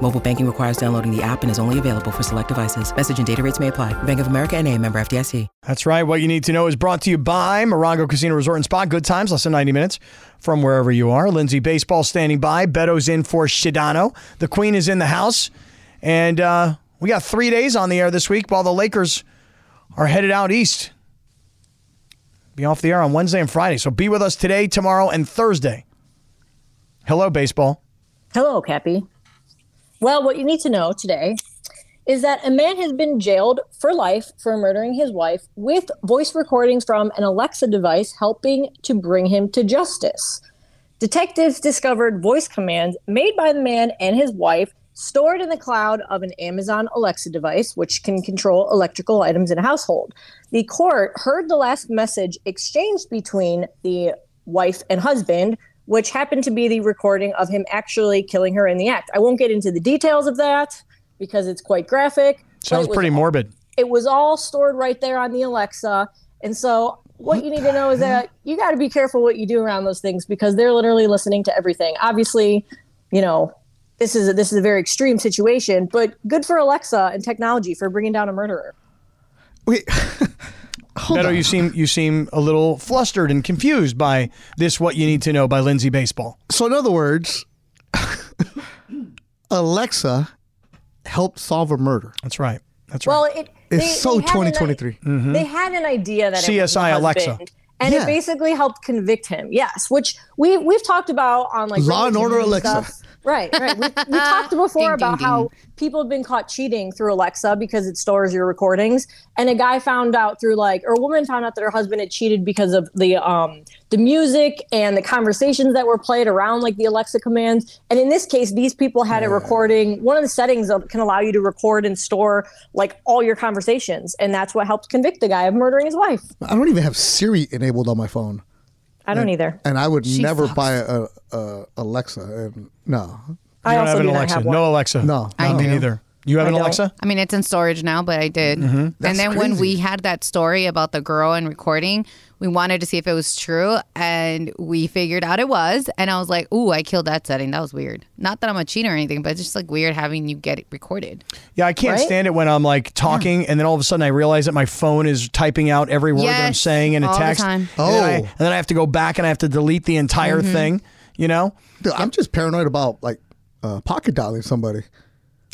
Mobile banking requires downloading the app and is only available for select devices. Message and data rates may apply. Bank of America and a member FDIC. That's right. What you need to know is brought to you by Morongo Casino Resort and Spa. Good times, less than 90 minutes from wherever you are. Lindsay Baseball standing by. Beto's in for Shidano. The Queen is in the house. And uh, we got three days on the air this week while the Lakers are headed out east. Be off the air on Wednesday and Friday. So be with us today, tomorrow, and Thursday. Hello, baseball. Hello, Cappy. Well, what you need to know today is that a man has been jailed for life for murdering his wife with voice recordings from an Alexa device helping to bring him to justice. Detectives discovered voice commands made by the man and his wife stored in the cloud of an Amazon Alexa device, which can control electrical items in a household. The court heard the last message exchanged between the wife and husband, which happened to be the recording of him actually killing her in the act. I won't get into the details of that because it's quite graphic. but Sounds it was pretty morbid. it was all stored right there on the Alexa. And so what you need to know is that you got to be careful what you do around those things because they're literally listening to everything. Obviously, you know, this is a, this is a very extreme situation, but good for Alexa and technology for bringing down a murderer. Wait, hold Beto, on. you seem you seem a little flustered and confused by this what you need to know by Lindsay Baseball. So, in other words, Alexa helped solve a murder. That's right. That's right. Well, it It's they- so Mm-hmm. they had an i- 2023. They had an idea that it was the CSI Alexa. husband, and Yeah. it basically helped convict him. Yes, which we we've talked about on like Law and regular Order TV Alexa. Right, right. We, we talked before Ding, ding, about how ding. people have been caught cheating through Alexa because it stores your recordings, and a guy found out through like, or a woman found out that her husband had cheated because of the um the music and the conversations that were played around like the Alexa commands. And in this case, these people had a recording. One of the settings of, can allow you to record and store like all your conversations, and that's what helped convict the guy of murdering his wife. I don't even have Siri enabled on my phone, I don't either. and I would She never sucks. buy a, a Alexa. And no, I You don't also have an do Alexa. not have one. No Alexa. No. I me do. neither. You have an don't. Alexa? I mean, it's in storage now, but I did. And then when Mm-hmm. crazy. we had that story about the girl and recording, we wanted to see if it was true, and we figured out it was. And I was like, "Ooh, I killed that setting. That was weird. Not that I'm a cheater or anything, but it's just like weird having you get it recorded." Yeah, I can't Right? stand it when I'm like talking and then all of a sudden I realize that my phone is typing out every word that I'm Yes, saying in a all the text. time. And, then I, Oh. and then I have to go back and I have to delete the entire Mm-hmm. thing. You know? Dude, I'm just paranoid about like uh, pocket dialing somebody.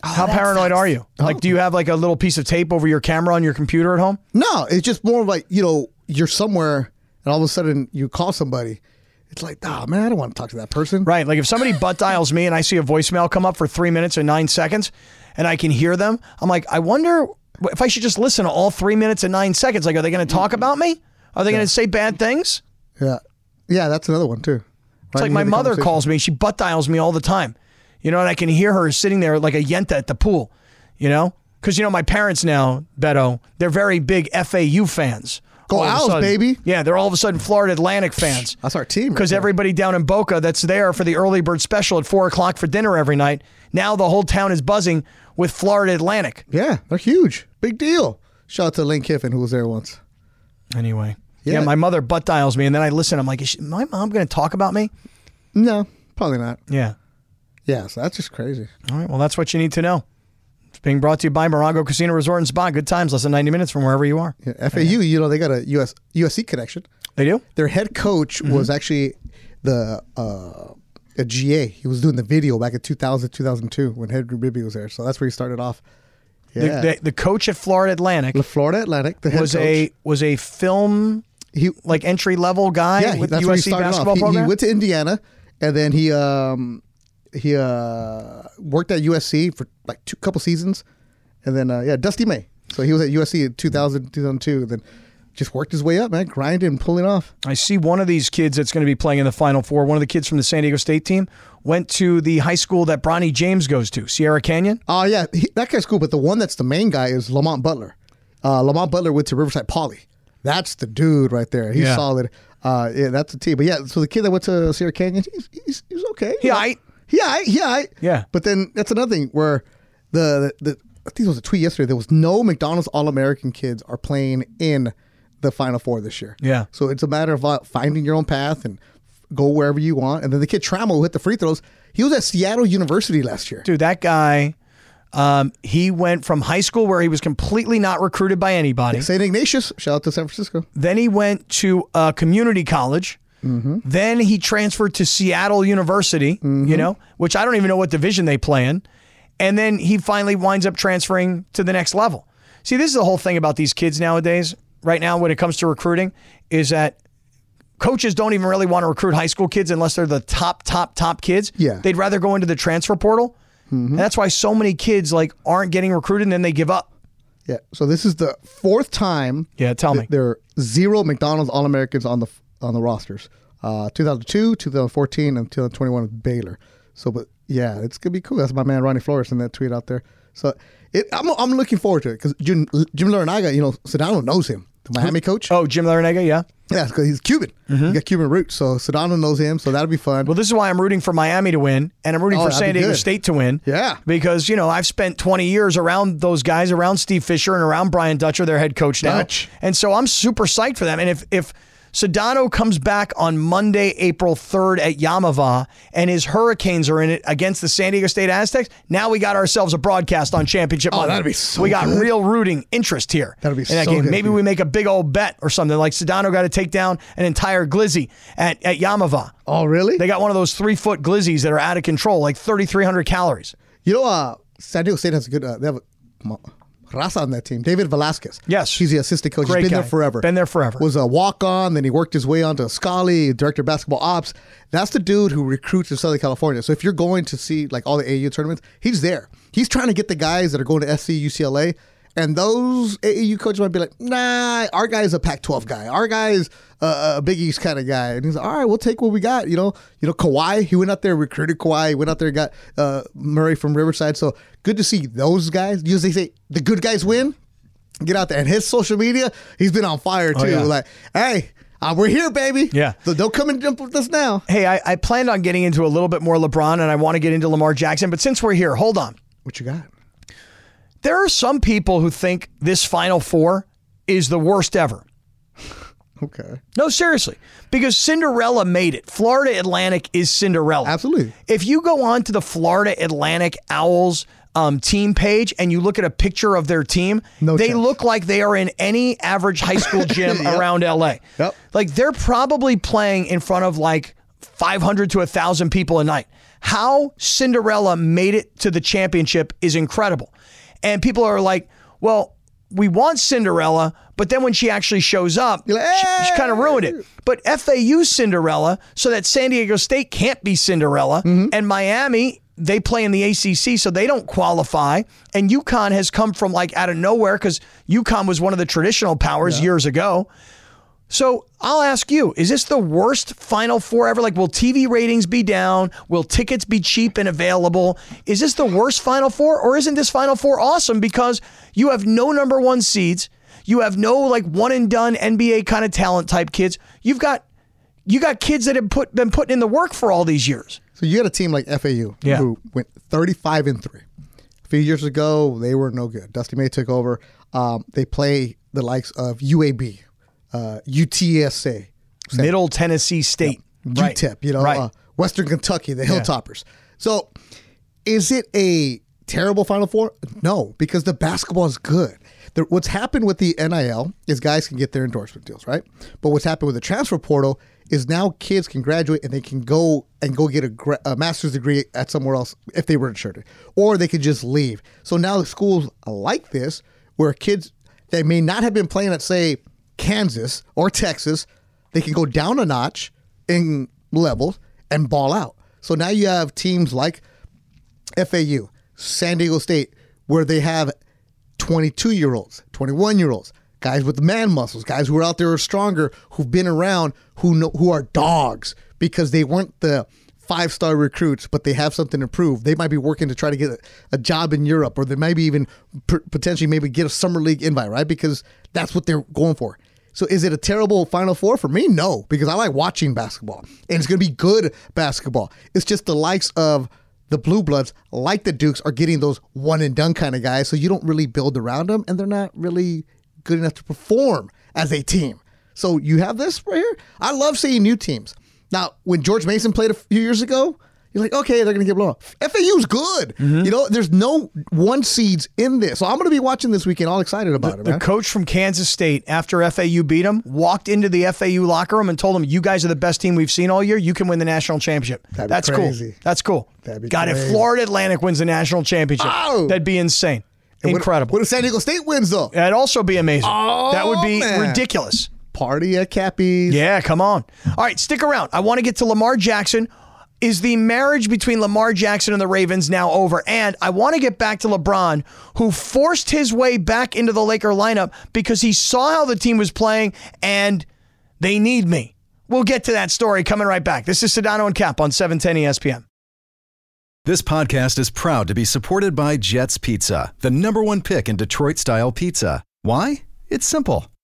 Oh, How paranoid are you? Like, do you have like a little piece of tape over your camera on your computer at home? No, it's just more of like you know you're somewhere and all of a sudden you call somebody. It's like, ah, man, I don't want to talk to that person. Right. Like if somebody butt dials me and I see a voicemail come up for three minutes and nine seconds and I can hear them, I'm like, I wonder if I should just listen to all three minutes and nine seconds. Like, are they going to talk about me? Are they going to say bad things? Yeah, yeah, that's another one too. It's like my mother calls me. She butt dials me all the time. You know, and I can hear her sitting there like a yenta at the pool, you know? Because, you know, my parents now, Beto, they're very big FAU fans. Go All of a Owls, sudden- baby. Yeah, they're all of a sudden Florida Atlantic fans. That's our team. right Because there. everybody down in Boca that's there for the early bird special at four o'clock for dinner every night, now the whole town is buzzing with Florida Atlantic. yeah, they're huge, big deal. Shout out to Lane Kiffin who was there once. Anyway. Yeah, Yeah. my mother butt dials me, and then I listen. I'm like, is she, my mom going to talk about me? No, probably not. Yeah. Yeah, so that's just crazy. All right. Well, that's what you need to know. It's being brought to you by Morongo Casino Resort and Spa. Good times, less than 90 minutes from wherever you are. Yeah, FAU, you know, they got a US USC connection. They do? Their head coach Mm-hmm. was actually the uh, a GA. He was doing the video back in 2000, 2002 when Henry Bibby was there. So that's where he started off. The, Yeah. the, the coach at Florida Atlantic the Florida Atlantic, the head was coach. a was a film he, like entry level guy yeah, he- with that's where he USC started basketball off. He, he program. went to Indiana and then he um, he uh, worked at USC for like two couple seasons. And then, uh, yeah, Dusty May. So he was at USC in 2000, 2002. Then just worked his way up, man, grinding and pulling off. I see one of these kids that's going to be playing in the Final Four. One of the kids from the San Diego State team went to the high school that Bronny James goes to, Sierra Canyon. Uh, Oh yeah, he, that guy's cool. But the one that's the main guy is Lamont Butler. Uh, Lamont Butler went to Riverside Poly. That's the dude right there. He's Yeah. solid. Uh, yeah, that's the team. But yeah, so the kid that went to Sierra Canyon, he's, he's, he's okay. He aight. He aight. He aight. Yeah. But then that's another thing where the, the, the I think it was a tweet yesterday. There was no McDonald's All American kids are playing in the Final Four this year. Yeah. So it's a matter of uh, finding your own path and go wherever you want. And then the kid Trammell who hit the free throws, he was at Seattle University last year. Dude, that guy, um, he went from high school where he was completely not recruited by anybody. St. Ignatius, shout out to San Francisco. Then he went to a community college. Then he transferred to Seattle University, you know, which I don't even know what division they play in. And then he finally winds up transferring to the next level. See, this is the whole thing about these kids nowadays, right now, when it comes to recruiting, is that coaches don't even really want to recruit high school kids unless they're the top, top, top kids. Yeah. They'd rather go into the transfer portal. And that's why so many kids like aren't getting recruited and then they give up. Yeah. So this is the fourth time. Yeah, tell me. that There are zero McDonald's All Americans on the on the rosters. Uh, 2002, 2014, and 2021 with Baylor. So, but yeah, it's gonna be cool. That's my man Ronnie Flores in that tweet out there. So, it, I'm I'm looking forward to it because Jim Jim Larinaga, you know, Sedano knows him, the Miami coach. Oh, Jim Larinaga, yeah. Yeah, because he's Cuban. He got Cuban roots, so Sedano knows him. So that'll be fun. Well, this is why I'm rooting for Miami to win, and I'm rooting Oh, for that'd San be Diego good. State to win. Yeah. because you know I've spent 20 years around those guys, around Steve Fisher and around Brian Dutcher, their head coach now, Dutch. and so I'm super psyched for them. And if if Sedano comes back on Monday, April 3rd at Yamava, and his Hurricanes are in it against the San Diego State Aztecs. Now we got ourselves a broadcast on Championship. Oh, that'd be so We got good. real rooting interest here. That'd be in that so game. good Maybe for you. we make a big old bet or something. Like Sedano got to take down an entire glizzy at at Yamava. oh, really? They got one of those three foot glizzies that are out of control, like 3,300 calories. You know, uh, San Diego State has a good. Uh, they have a, Ma- Raza on that team. David Velasquez. Yes. he's the assistant coach. Great he's been guy. there forever. Been there forever. Was a walk on, then he worked his way onto Scully, director of basketball ops. That's the dude who recruits in Southern California. So if you're going to see like all the AAU tournaments, he's there. He's trying to get the guys that are going to SC, UCLA, and those AAU coaches might be like, Nah, our guy is a Pac-12 guy. Our guy is a, a Big East kind of guy. And he's like, All right, we'll take what we got. You know, you know, Kawhi. He went out there recruited Kawhi. He went out there and got uh, Murray from Riverside. So good to see those guys. Usually they say the good guys win get out there. And his social media, he's been on fire too. Oh, yeah. Like, hey, uh, we're here, baby. Yeah. So don't come and jump with us now. Hey, I, I planned on getting into a little bit more LeBron and I want to get into Lamar Jackson, but since we're here, hold on. What you got? There are some people who think this Final Four is the worst ever. Okay. No, seriously, because Cinderella made it. Florida Atlantic is Cinderella. Absolutely. If you go on to the Florida Atlantic Owls um, team page and you look at a picture of their team, No they chance. look like they are in any average high school gym around LA. Yep. Like they're probably playing in front of like 500 to 1,000 people a night. How Cinderella made it to the championship is incredible. And people are like, well, we want Cinderella, but then when she actually shows up, You're like, she, kind of ruined it. But FAU Cinderella, so that San Diego State can't be Cinderella, Mm-hmm. and Miami they play in the ACC, so they don't qualify. And UConn has come from like out of nowhere because UConn was one of the traditional powers years ago. So I'll ask you: Is this the worst Final Four ever? Like, will TV ratings be down? Will tickets be cheap and available? Is this the worst Final Four, or isn't this Final Four awesome because you have no number one seeds, you have no like one and done NBA kind of talent type kids. You've got you got kids that have put been putting in the work for all these years. So you got a team like FAU Yeah. who went 35 and 3. A few years ago, they were no good. Dusty May took over. Um, they play the likes of UAB, uh, UTSA, Middle Tennessee State, Right. UTEP, you know, right? uh, Western Kentucky, the Hilltoppers. So, is it a terrible Final Four? No, because the basketball is good. The, what's happened with the NIL is guys can get their endorsement deals, right? But what's happened with the transfer portal is now kids can graduate and they can go and go get a, gra- a master's degree at somewhere else if they were insured, or they could just leave. So now the schools like this, where kids that may not have been playing at say Kansas or Texas, they can go down a notch in levels and ball out. So now you have teams like FAU, San Diego State, where they have 22 year olds, 21 year olds, guys with man muscles, guys who are out there who are stronger, who've been around, who know, who are dogs because they weren't the five star recruits, but they have something to prove. They might be working to try to get a, a job in Europe, or they might be even p- potentially maybe get a summer league invite, right? Because that's what they're going for. So is it a terrible Final Four for me? No, because I like watching basketball, and it's going to be good basketball. It's just the likes of the blue bloods, like the Dukes, are getting those one and done kind of guys. So you don't really build around them, and they're not really good enough to perform as a team. So you have this right here. I love seeing new teams. Now, when George Mason played a few years ago, you're like, okay, they're going to get blown off. FAU's good. Mm-hmm. You know, there's no one seeds in this. So I'm going to be watching this weekend, all excited about it, The man. coach from Kansas State, after FAU beat him, walked into the FAU locker room and told them, "You guys are the best team we've seen all year. You can win the national championship." That'd be That's crazy. cool. That's cool. That'd be God, if crazy. Florida Atlantic wins the national championship, Oh! that'd be insane, What- incredible. What if San Diego State wins, though? That'd also be amazing. that would be man. ridiculous. Party at Cappy's. Yeah, come on. All right, stick around. I want to get to Lamar Jackson. Is the marriage between Lamar Jackson and the Ravens now over? And I want to get back to LeBron, who forced his way back into the Laker lineup because he saw how the team was playing and they need me. We'll get to that story coming right back. This is Sedano and Cap on E 710 ESPN. This podcast is proud to be supported by Jets Pizza, the number one pick in Detroit style pizza. Why? It's simple.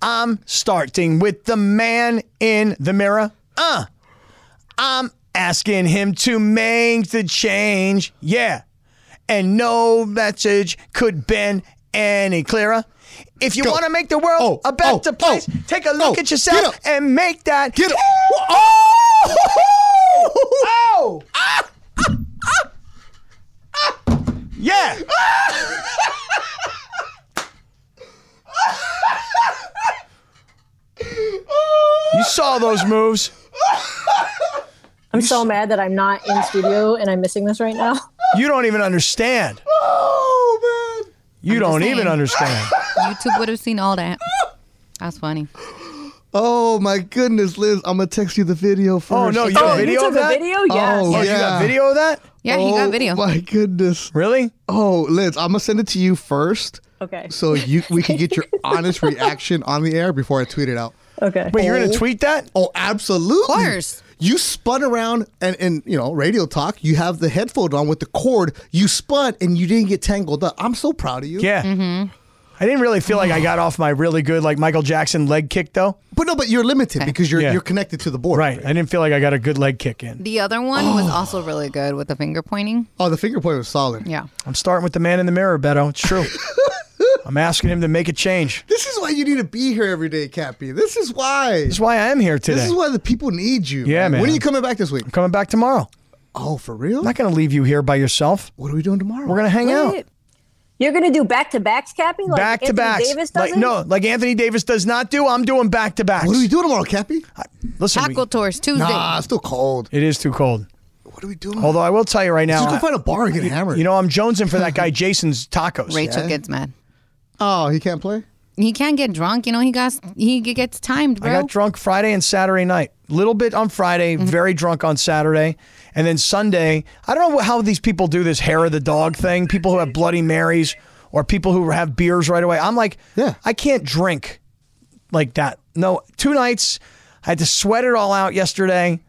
I'm starting with the man in the mirror. Uh, I'm asking him to make the change. Yeah. And no message could been any clearer. If you Go. want to make the world Oh, a better oh, place, oh, take a look oh, at get yourself up. and make that. Get up. Oh! Oh! Yeah. You saw those moves. I'm so mad that I'm not in studio and I'm missing this right now. You don't even understand. Oh, man. You I'm just don't even saying. understand. YouTube would have seen all that. That's funny. Oh, my goodness, Liz. I'm going to text you the video first. Oh no, you oh, got video you of took a that? video? Yes. Oh, Oh, you Yeah. got video of that? Yeah, he Oh, got video. my goodness. Really? Oh, Liz, I'm going to send it to you first. Okay. So you we can get your honest reaction on the air before I tweet it out. Okay. Wait, you're gonna tweet that? Oh, absolutely. Of course. You spun around and, and you know, radio talk, you have the headphone on with the cord, you spun and you didn't get tangled up. I'm so proud of you. Yeah. I didn't really feel like I got off my really good like Michael Jackson leg kick though. But no, but you're limited because you're Yeah. you're connected to the board. Right. I didn't feel like I got a good leg kick in. The other one was also really good with the finger pointing. Oh, the finger point was solid. Yeah. I'm starting with the man in the mirror, Beto. It's true. I'm asking him to make a change. This is why you need to be here every day, Cappy. This is why. That's why I am here today. This is why the people need you. Yeah, man. When are you coming back this week? I'm coming back tomorrow. Oh, for real? I'm not going to leave you here by yourself. what are we doing tomorrow? We're going to hang out. You're gonna do back to backs, Cappy? Like back to Anthony backs. Davis like doesn't? no, like Anthony Davis does not do. I'm doing back to backs. What are we doing tomorrow, Cappy? Listen, we- Taco Tours Tuesday. Nah, it's still cold. it is too cold. What are we doing? Although I will tell you right now, Let's just go I- find a bar and get hammered. you know I'm jonesing for that guy Jason's tacos. Rachel gets mad. oh, he can't play. He can't get drunk. You know, he got he gets timed, I bro. got drunk Friday and Saturday night. Little bit on Friday, Mm-hmm. very drunk on Saturday, and then Sunday. I don't know how these people do this hair of the dog thing. People who have Bloody Marys or people who have beers right away. I'm like, Yeah. I can't drink like that. No, two nights. I had to sweat it all out yesterday.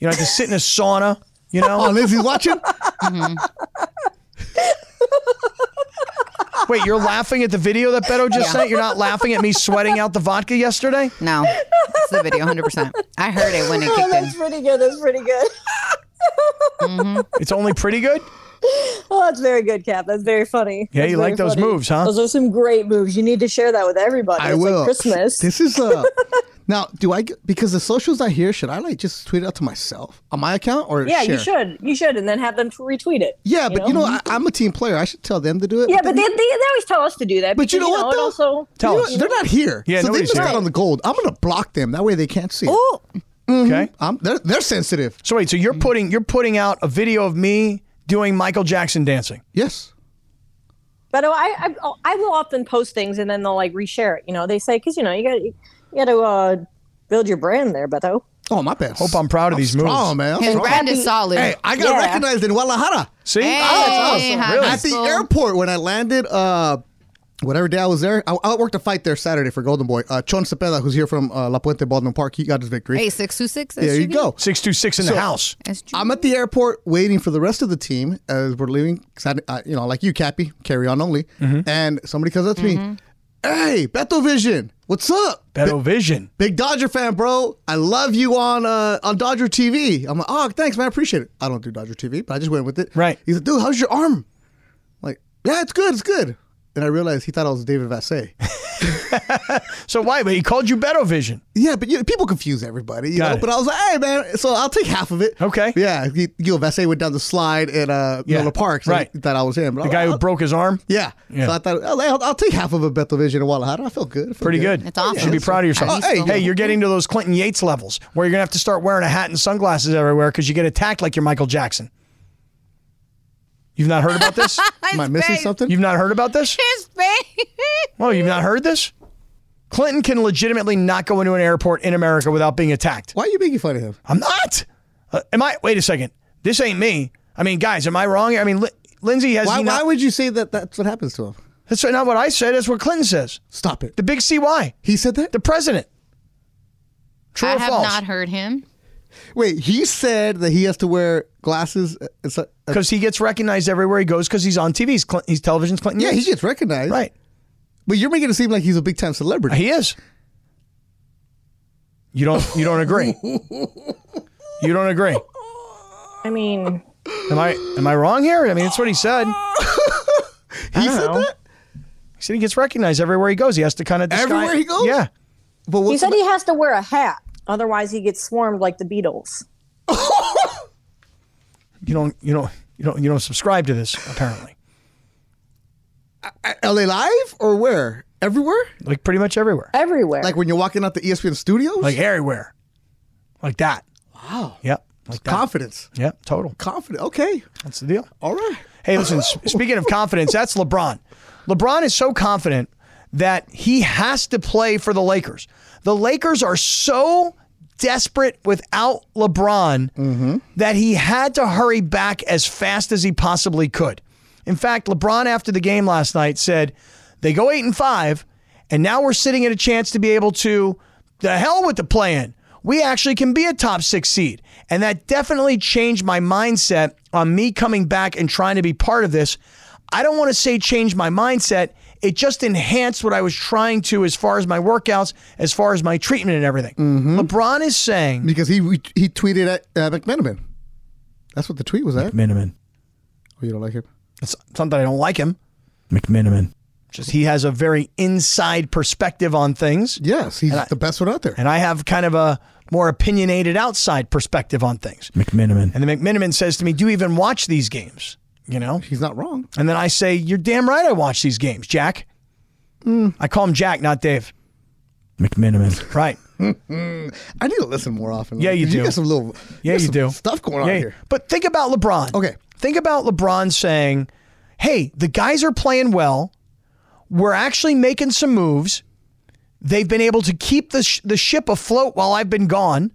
You know, I had to sit in a sauna. You Oh, know, Lindsay's watching. wait, you're laughing at the video that Beto just sent. You're not laughing at me sweating out the vodka yesterday. no, it's the video, hundred percent. I heard it when it Oh, kicked in. that's pretty good. That's pretty good. It's only pretty good. Oh, that's very good, Cap. That's very funny. Yeah, That's you very like those funny. moves, huh? Those are some great moves. You need to share that with everybody. I it's will. Like Christmas. This is uh now. Do I get- because the social's not here? Should I like just tweet it out to myself on my account or yeah, share? you should. You should, and then have them retweet it. Yeah, but you know, I, I'm a team player. I should tell them to do it. yeah, but they, they, they always tell us to do that. But you because, know what, it though? Also, Tell You know us. what? they're not here. Yeah, so they nobody's missed here. out on the gold. I'm gonna block them. That way they can't see. it. Ooh, Mm-hmm. Okay. I'm, they're they're sensitive. So wait, so Mm. you're putting you're putting out a video of me doing Michael Jackson dancing. Yes. but I, I I will often post things and then they'll like reshare it. You know, they say because you know you got you got to uh, build your brand there, Beto. Oh my bad. Hope I'm proud of these moves. strong, man. I'm his strong. brand is solid. Hey, I got Yeah. recognized in Guadalajara. See? Hey, Oh, it's awesome. high Really? At the school. airport when I landed, uh, whatever day I was there, I, I worked a fight there Saturday for Golden Boy. Uh, Chon Cepeda, who's here from uh, La Puente Baldwin Park, he got his victory. Hey, six two six. there you go. Six two six in the house. eh, I'm at the airport waiting for the rest of the team as we're leaving. 'cause I, I- you know, like you, Cappy, carry on only. And somebody comes up to me, "Hey, Beto Vision, what's up? Beto Vision. Big Dodger fan, bro. I love you on uh, on Dodger TV." I'm like, "Oh, thanks, man. I appreciate it. I don't do Dodger TV, but I just went with it." Right. He's like, "Dude, how's your arm?" I'm like, "Yeah, it's good. It's good." And I realized he thought I was David Vasse. So why? But he called you Beto Vision. Yeah, but you people confuse everybody, you Got know. it. But I was like, hey man, so I'll take half of it. Okay. Yeah, you know, Vasse went down the slide at uh, Yeah, Miller Park. So right. He thought I was him. But The Oh, guy who broke his arm. Yeah. So I thought "Oh, I'll, I'll, I'll take half of a Bethel Vision and Guadalajara. I feel good. I feel Pretty good. It's awesome. You should be proud of yourself. Oh, hey, hey, you're getting to those Clinton Yates levels where you're gonna have to start wearing a hat and sunglasses everywhere because you get attacked like you're Michael Jackson. You've not heard about this? Am I missing something? You've not heard about this? His face. Well, you've not heard this? Clinton can legitimately not go into an airport in America without being attacked. Why are you making fun of him? I'm not. Uh, am I? Wait a second. This ain't me. I mean, guys, am I wrong? I mean, Li- Lindsay has. Why, he why not, would you say that that's what happens to him? that's not what I said. That's what Clinton says. Stop it. The big CY. He said that? The president. True I or have false? not heard him. Wait, he said that he has to wear glasses. uh, it's a- uh, Because he gets recognized everywhere he goes because he's on TV. He's, Clin- he's television's Clinton. yeah, he Yates. gets recognized. right. But you're making it seem like he's a big time celebrity. He is. You don't. You don't agree. you don't agree. I mean, Am I? Am I wrong here? I mean, that's what he said. He said know. that? He said he gets recognized everywhere he goes. He has to kind of Everywhere he goes? Yeah. But he what's said he has to wear a hat, otherwise he gets swarmed like the Beatles. You don't. You don't. You don't. You don't subscribe to this apparently. at LA Live or where? Everywhere? like pretty much everywhere, Everywhere. Like when you're walking out the E ESPN studios? like everywhere, like that. Wow. Yep. Like that. confidence. Yep. Total. Confident. Okay. That's the deal. All right. Hey, listen. s- speaking of confidence, that's LeBron. LeBron is so confident that he has to play for the Lakers. The Lakers are so desperate without LeBron Mm-hmm. that he had to hurry back as fast as he possibly could. In fact, LeBron after the game last night said, "They go 8 and 5, and now we're sitting at a chance to be able to the hell with the plan. We actually can be a top 6 seed." And that definitely changed my mindset on me coming back and trying to be part of this. I don't want to say change my mindset. It just enhanced what I was trying to as far as my workouts, as far as my treatment and everything. LeBron is saying Because he he tweeted at uh, McMenamin. That's what the tweet was at. Oh, McMiniman. you don't like him? It's not that I don't like him. McMiniman. Just he has a very inside perspective on things. Yes, he's the best one out there. And I have kind of a more opinionated outside perspective on things. McMiniman. And the McMiniman says to me, Do you even watch these games? You know? He's not wrong. And then I say, You're damn right I watch these games, Jack. Hmm. I call him Jack, not Dave. McMiniman. Right. I need to listen more often. Yeah, you do. You got some little Yeah, got you some do. stuff going on Yeah, here. But think about LeBron. Okay. Think about LeBron saying, hey, the guys are playing well. We're actually making some moves. They've been able to keep the, sh- the ship afloat while I've been gone.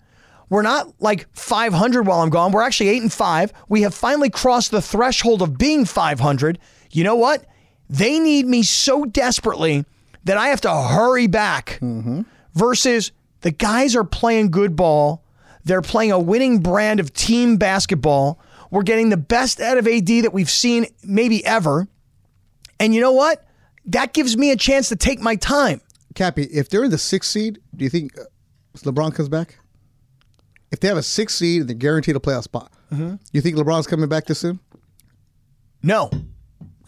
We're not like 500 while I'm gone. We're actually 8 and 5. We have finally crossed the threshold of being 500. You know what? They need me so desperately that I have to hurry back versus the guys are playing good ball. They're playing a winning brand of team basketball. We're getting the best out of AD that we've seen maybe ever. And you know what? That gives me a chance to take my time. Cappy, if they're in the sixth seed, do you think uh, LeBron comes back? if they have a six seed and they're guaranteed a playoff spot, Mm-hmm. you think LeBron's coming back this soon? No.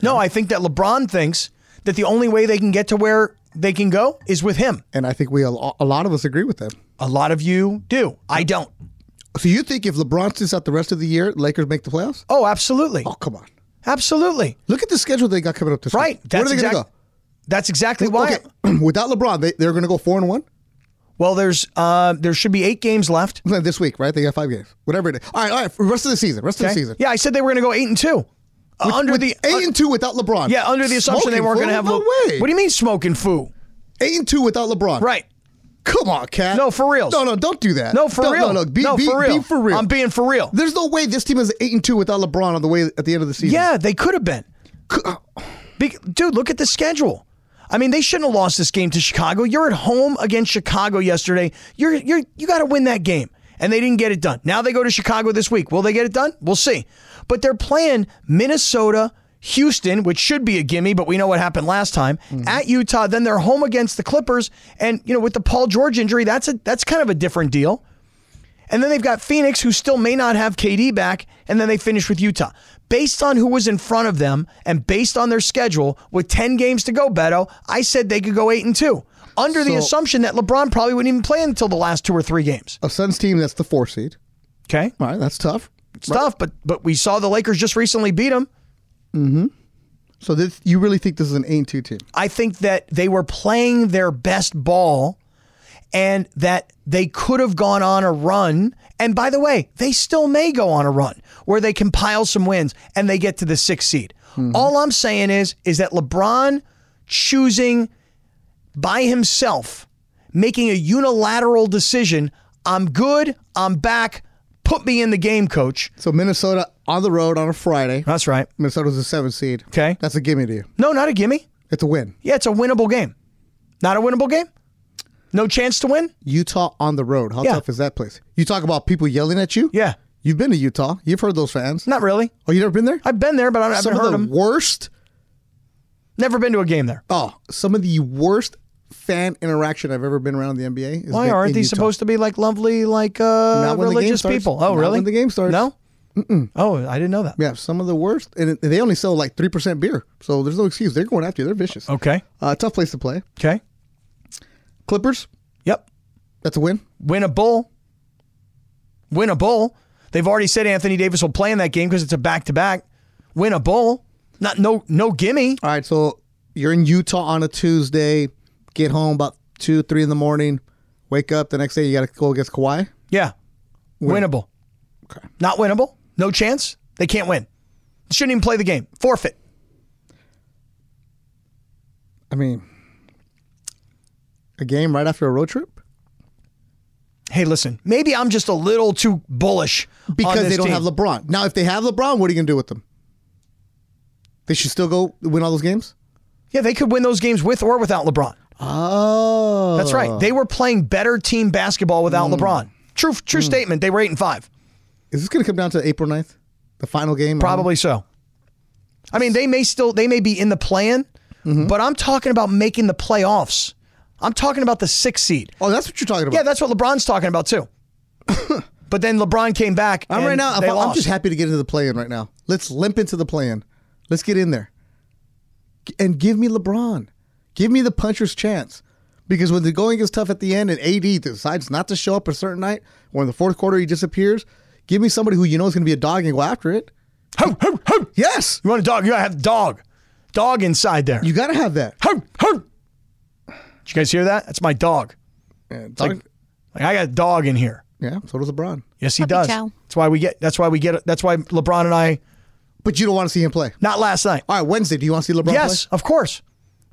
No, I think that LeBron thinks that the only way they can get to where they can go is with him. And I think we a lo- a lot of us agree with them. A lot of you do. I don't. So you think if LeBron sits out the rest of the year, Lakers make the playoffs? Oh, absolutely. Oh, come on. Absolutely. Look at the schedule they got coming up this Right. week. That's Where are they exactly going to go? That's exactly why. Okay. Without LeBron, they, they're going to go four and one Well, there's uh there should be 8 games left. No, this week, right? They got five games. Whatever it is. All right, all right. For the rest of the season. Rest Okay? of the season. Yeah, I said they were going to go 8 and 2. Uh, under With the eight uh, and two without LeBron. Yeah, under the assumption they Smoking weren't going to fool? have no Le- way. What do you mean smoking foo? Eight and two without LeBron. Right. Come on, Cat. No, for reals. No, no, don't do that. No, for Don't- real. No, no, be, No, be, for real. Be for real. I'm being for real. There's no way this team is eight and two without LeBron on the way at the end of the season. Yeah, they could have been. Be- Dude, look at the schedule. I mean, they shouldn't have lost this game to Chicago. You're at home against Chicago yesterday. You're you're you got to win that game, and they didn't get it done. Now they go to Chicago this week. Will they get it done? We'll see. But they're playing Minnesota, Houston, which should be a gimme, but we know what happened last time at Utah. Then they're home against the Clippers, and you know with the Paul George injury, that's a that's kind of a different deal. And then they've got Phoenix, who still may not have KD back, and then they finish with Utah. Based on who was in front of them and based on their schedule, with 10 games to go, Beto, I said they could go 8 and 2, under the So- assumption that LeBron probably wouldn't even play until the last two or three games. A Suns team that's the four seed. Okay. All right, that's tough. It's tough, but, but we saw the Lakers just recently beat them. So this, you really think this is an eight and two team? I think that they were playing their best ball and that they could have gone on a run. And by the way, they still may go on a run where they compile some wins and they get to the sixth seed. All I'm saying is, is that LeBron choosing by himself, making a unilateral decision, I'm good, I'm back, put me in the game, coach. So Minnesota on the road on a Friday. That's right. Minnesota's a seven seed. Okay. That's a gimme to you. No, not a gimme. It's a win. Yeah, it's a winnable game. Not a winnable game? No chance to win? Utah on the road. How Yeah. tough is that place? You talk about people yelling at you. Yeah. You've been to Utah. You've heard those fans. Not really. Oh, you never been there? I've been there, but I haven't some heard of the them. worst. Never been to a game there. Oh, some of the worst fan interaction I've ever been around the NBA. Why aren't these supposed to be like lovely, like uh, Not when the game religious starts. people? Oh, Not really? when the game starts. No. Mm-mm. Oh, I didn't know that. Yeah, some of the worst, and it- they only sell like three percent beer, so there's no excuse. They're going after you. They're vicious. Okay. Uh, tough place to play. Okay. Clippers. Yep. That's a win. Win a bowl. Win a bowl. They've already said Anthony Davis will play in that game because it's a back to back. Win a bowl. Not no no gimme. All right, so you're in Utah on a Tuesday. Get home about two, three in the morning. Wake up the next day. You got to go against Kawhi. Yeah. Winnable. Okay. Not winnable. No chance. They can't win. Shouldn't even play the game. Forfeit. I mean, a game right after a road trip Hey, listen. Maybe I'm just a little too bullish on because they this don't team. have LeBron. Now, if they have LeBron, what are you gonna do with them? They should still go win all those games. Yeah, they could win those games with or without LeBron. Oh, That's right. They were playing better team basketball without Mm. LeBron. True, true statement. They were eight and five, Is this gonna come down to April 9th? the final game? probably so. I mean, they may still they may be in the play-in, Mm-hmm. but I'm talking about making the playoffs. I'm talking about the sixth seed. Oh, that's what you're talking about. Yeah, that's what LeBron's talking about too. but then LeBron came back. I'm and right now. I'm, they I'm lost. just happy to get into the play-in right now. Let's limp into the play-in. Let's get in there, G- and give me LeBron. Give me the puncher's chance, because when the going gets tough at the end and AD decides not to show up a certain night, or in the fourth quarter he disappears, give me somebody who you know is going to be a dog and go after it. Ho, ho, ho. Yes, You want a dog? You gotta have dog, dog inside there. you got to have that. ho, ho. Did you guys hear that? That's my dog. Yeah, like- dog- Like I got a dog in here. yeah, so does LeBron. Yes, he Puppy does. chow. That's why we get. That's why we get. That's why LeBron and I. But you don't want to see him play. Not last night. All right, Wednesday. Do you want to see LeBron? Yes, play? of course.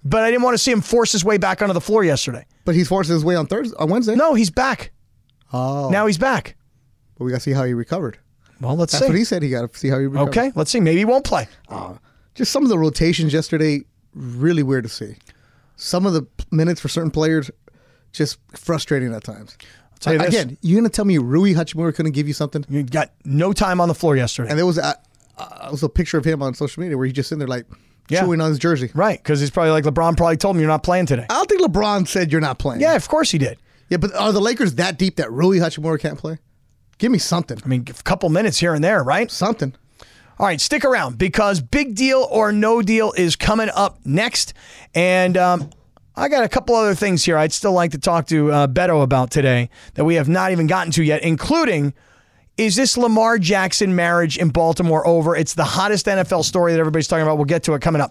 But I didn't want to see him force his way back onto the floor yesterday. but he's forcing his way on Thursday, on Wednesday. No, he's back. Oh. Now he's back. but we got to see how he recovered. Well, let's That's see. what he said. He got to see how he recovered. okay, let's see. Maybe he won't play. just some of the rotations yesterday really weird to see. Some of the p- minutes for certain players just frustrating at times. I'll tell you this. Again, you're gonna tell me Rui Hachimura couldn't give you something? you got no time on the floor yesterday. And there was a, uh, was a picture of him on social media where he's just sitting there like Yeah. chewing on his jersey. right, because he's probably like, LeBron probably told him you're not playing today. I don't think LeBron said you're not playing. yeah, of course he did. yeah, but are the Lakers that deep that Rui Hachimura can't play? Give me something. I mean, a couple minutes here and there, right? Something. All right, stick around because Big Deal or No Deal is coming up next. And um, I got a couple other things here I'd still like to talk to uh, Beto about today that we have not even gotten to yet, including is this Lamar Jackson marriage in Baltimore over? It's the hottest NFL story that everybody's talking about. We'll get to it coming up.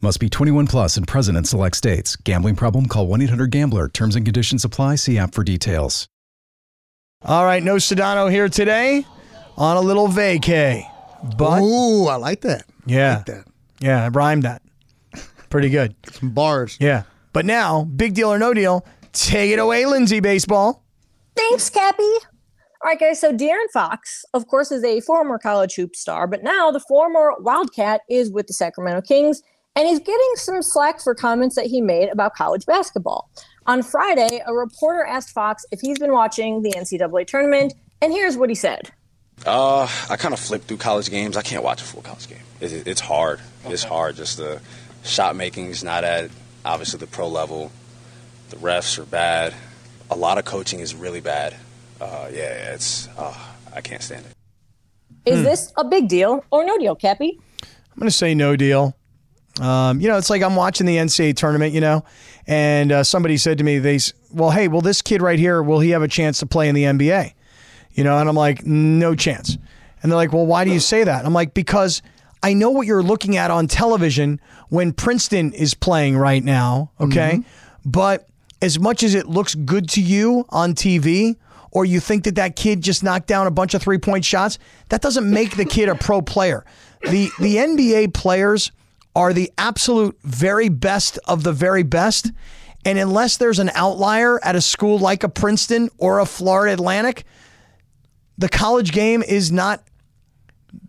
Must be 21 plus and present in select states. Gambling problem? Call 1 800 Gambler. Terms and conditions apply. See app for details. All right, no Sedano here today on a little vacay. But Ooh, I like that. Yeah. I like that. yeah, I rhymed that. Pretty good. Some bars. Yeah. But now, Big Deal or No Deal, take it away, Lindsay Baseball. Thanks, Cappy. All right, guys. So De'Aaron Fox, of course, is a former college hoop star, but now the former Wildcat is with the Sacramento Kings, and he's getting some slack for comments that he made about college basketball. On Friday, a reporter asked Fox if he's been watching the NCAA tournament, and here's what he said. Uh, I kind of flip through college games. I can't watch a full college game. It, it- it's hard. It's hard. Just the shot making's not at obviously the pro level. The refs are bad. A lot of coaching is really bad. Uh, yeah, it's uh, I can't stand it. Is this a big deal or no deal, Cappy? I'm going to say no deal. Um, you know, it's like I'm watching the NCAA tournament, you know, and uh, somebody said to me, they, s- well, hey, will this kid right here, will he have a chance to play in the NBA? You know, and I'm like, no chance. And they're like, well, why do you say that? I'm like, because I know what you're looking at on television when Princeton is playing right now, okay? But as much as it looks good to you on TV, or you think that that kid just knocked down a bunch of three point shots, that doesn't make the kid a pro player. The the NBA players are the absolute very best of the very best. And unless there's an outlier at a school like a Princeton or a Florida Atlantic, the college game is not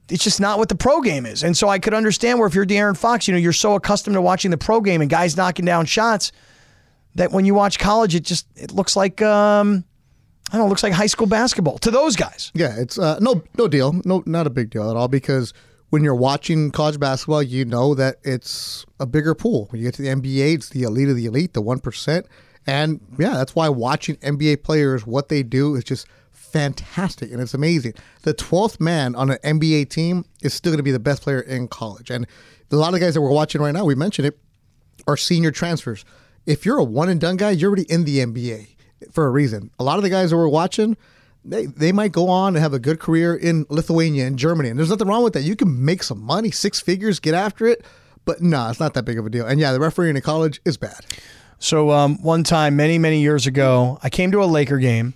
it's just not what the pro game is. And so I could understand where if you're De'Aaron Fox, you know, you're so accustomed to watching the pro game and guys knocking down shots that when you watch college, it just it looks like um I don't know, it looks like high school basketball to those guys. Yeah, it's uh, no no deal. No, not a big deal at all because when you're watching college basketball, you know that it's a bigger pool. When you get to the NBA, it's the elite of the elite, the one percent, and yeah, that's why watching NBA players what they do is just fantastic and it's amazing. The twelfth man on an NBA team is still going to be the best player in college, and a lot of guys that we're watching right now, we mentioned it, are senior transfers. If you're a one and done guy, you're already in the NBA for a reason. A lot of the guys that we're watching, they, they might go on and have a good career in Lithuania and Germany. And there's nothing wrong with that. You can make some money, six figures, get after it. But no, it's not that big of a deal. And yeah, the refereeing in college is bad. So um, one time, many many years ago, I came to a Laker game.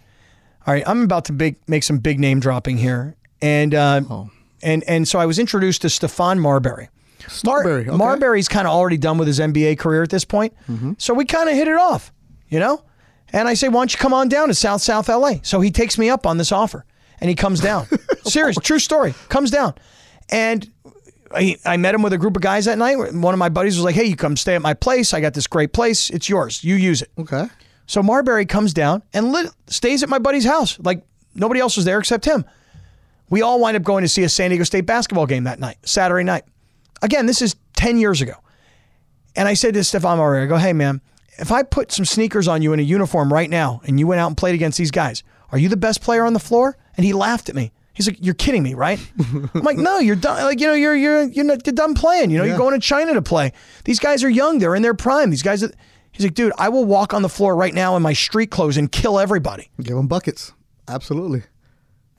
All right, I'm about to big, make some big name dropping here, and uh, and and so I was introduced to Stefan Marbury. Marbury, okay. Marbury's kind of already done with his NBA career at this point, so we kind of hit it off, you know. And I say, why don't you come on down to South South LA? So he takes me up on this offer, and he comes down. Serious, true story. Comes down, and I, I met him with a group of guys that night. One of my buddies was like, "Hey, you come stay at my place. I got this great place. It's yours. You use it." Okay. So Marbury comes down and lit, stays at my buddy's house. Like nobody else was there except him. We all wind up going to see a San Diego State basketball game that night, Saturday night. Again, this is 10 years ago. And I said to Stefan Marbury, I go, hey, man, if I put some sneakers on you in a uniform right now and you went out and played against these guys, are you the best player on the floor? And he laughed at me. He's like, you're kidding me, right? I'm like, no, you're done. Like, you know, you're you're you're, not, you're done playing. You know, you're going to China to play. These guys are young. They're in their prime. These guys. Are, he's like, dude, I will walk on the floor right now in my street clothes and kill everybody. Give them buckets. Absolutely.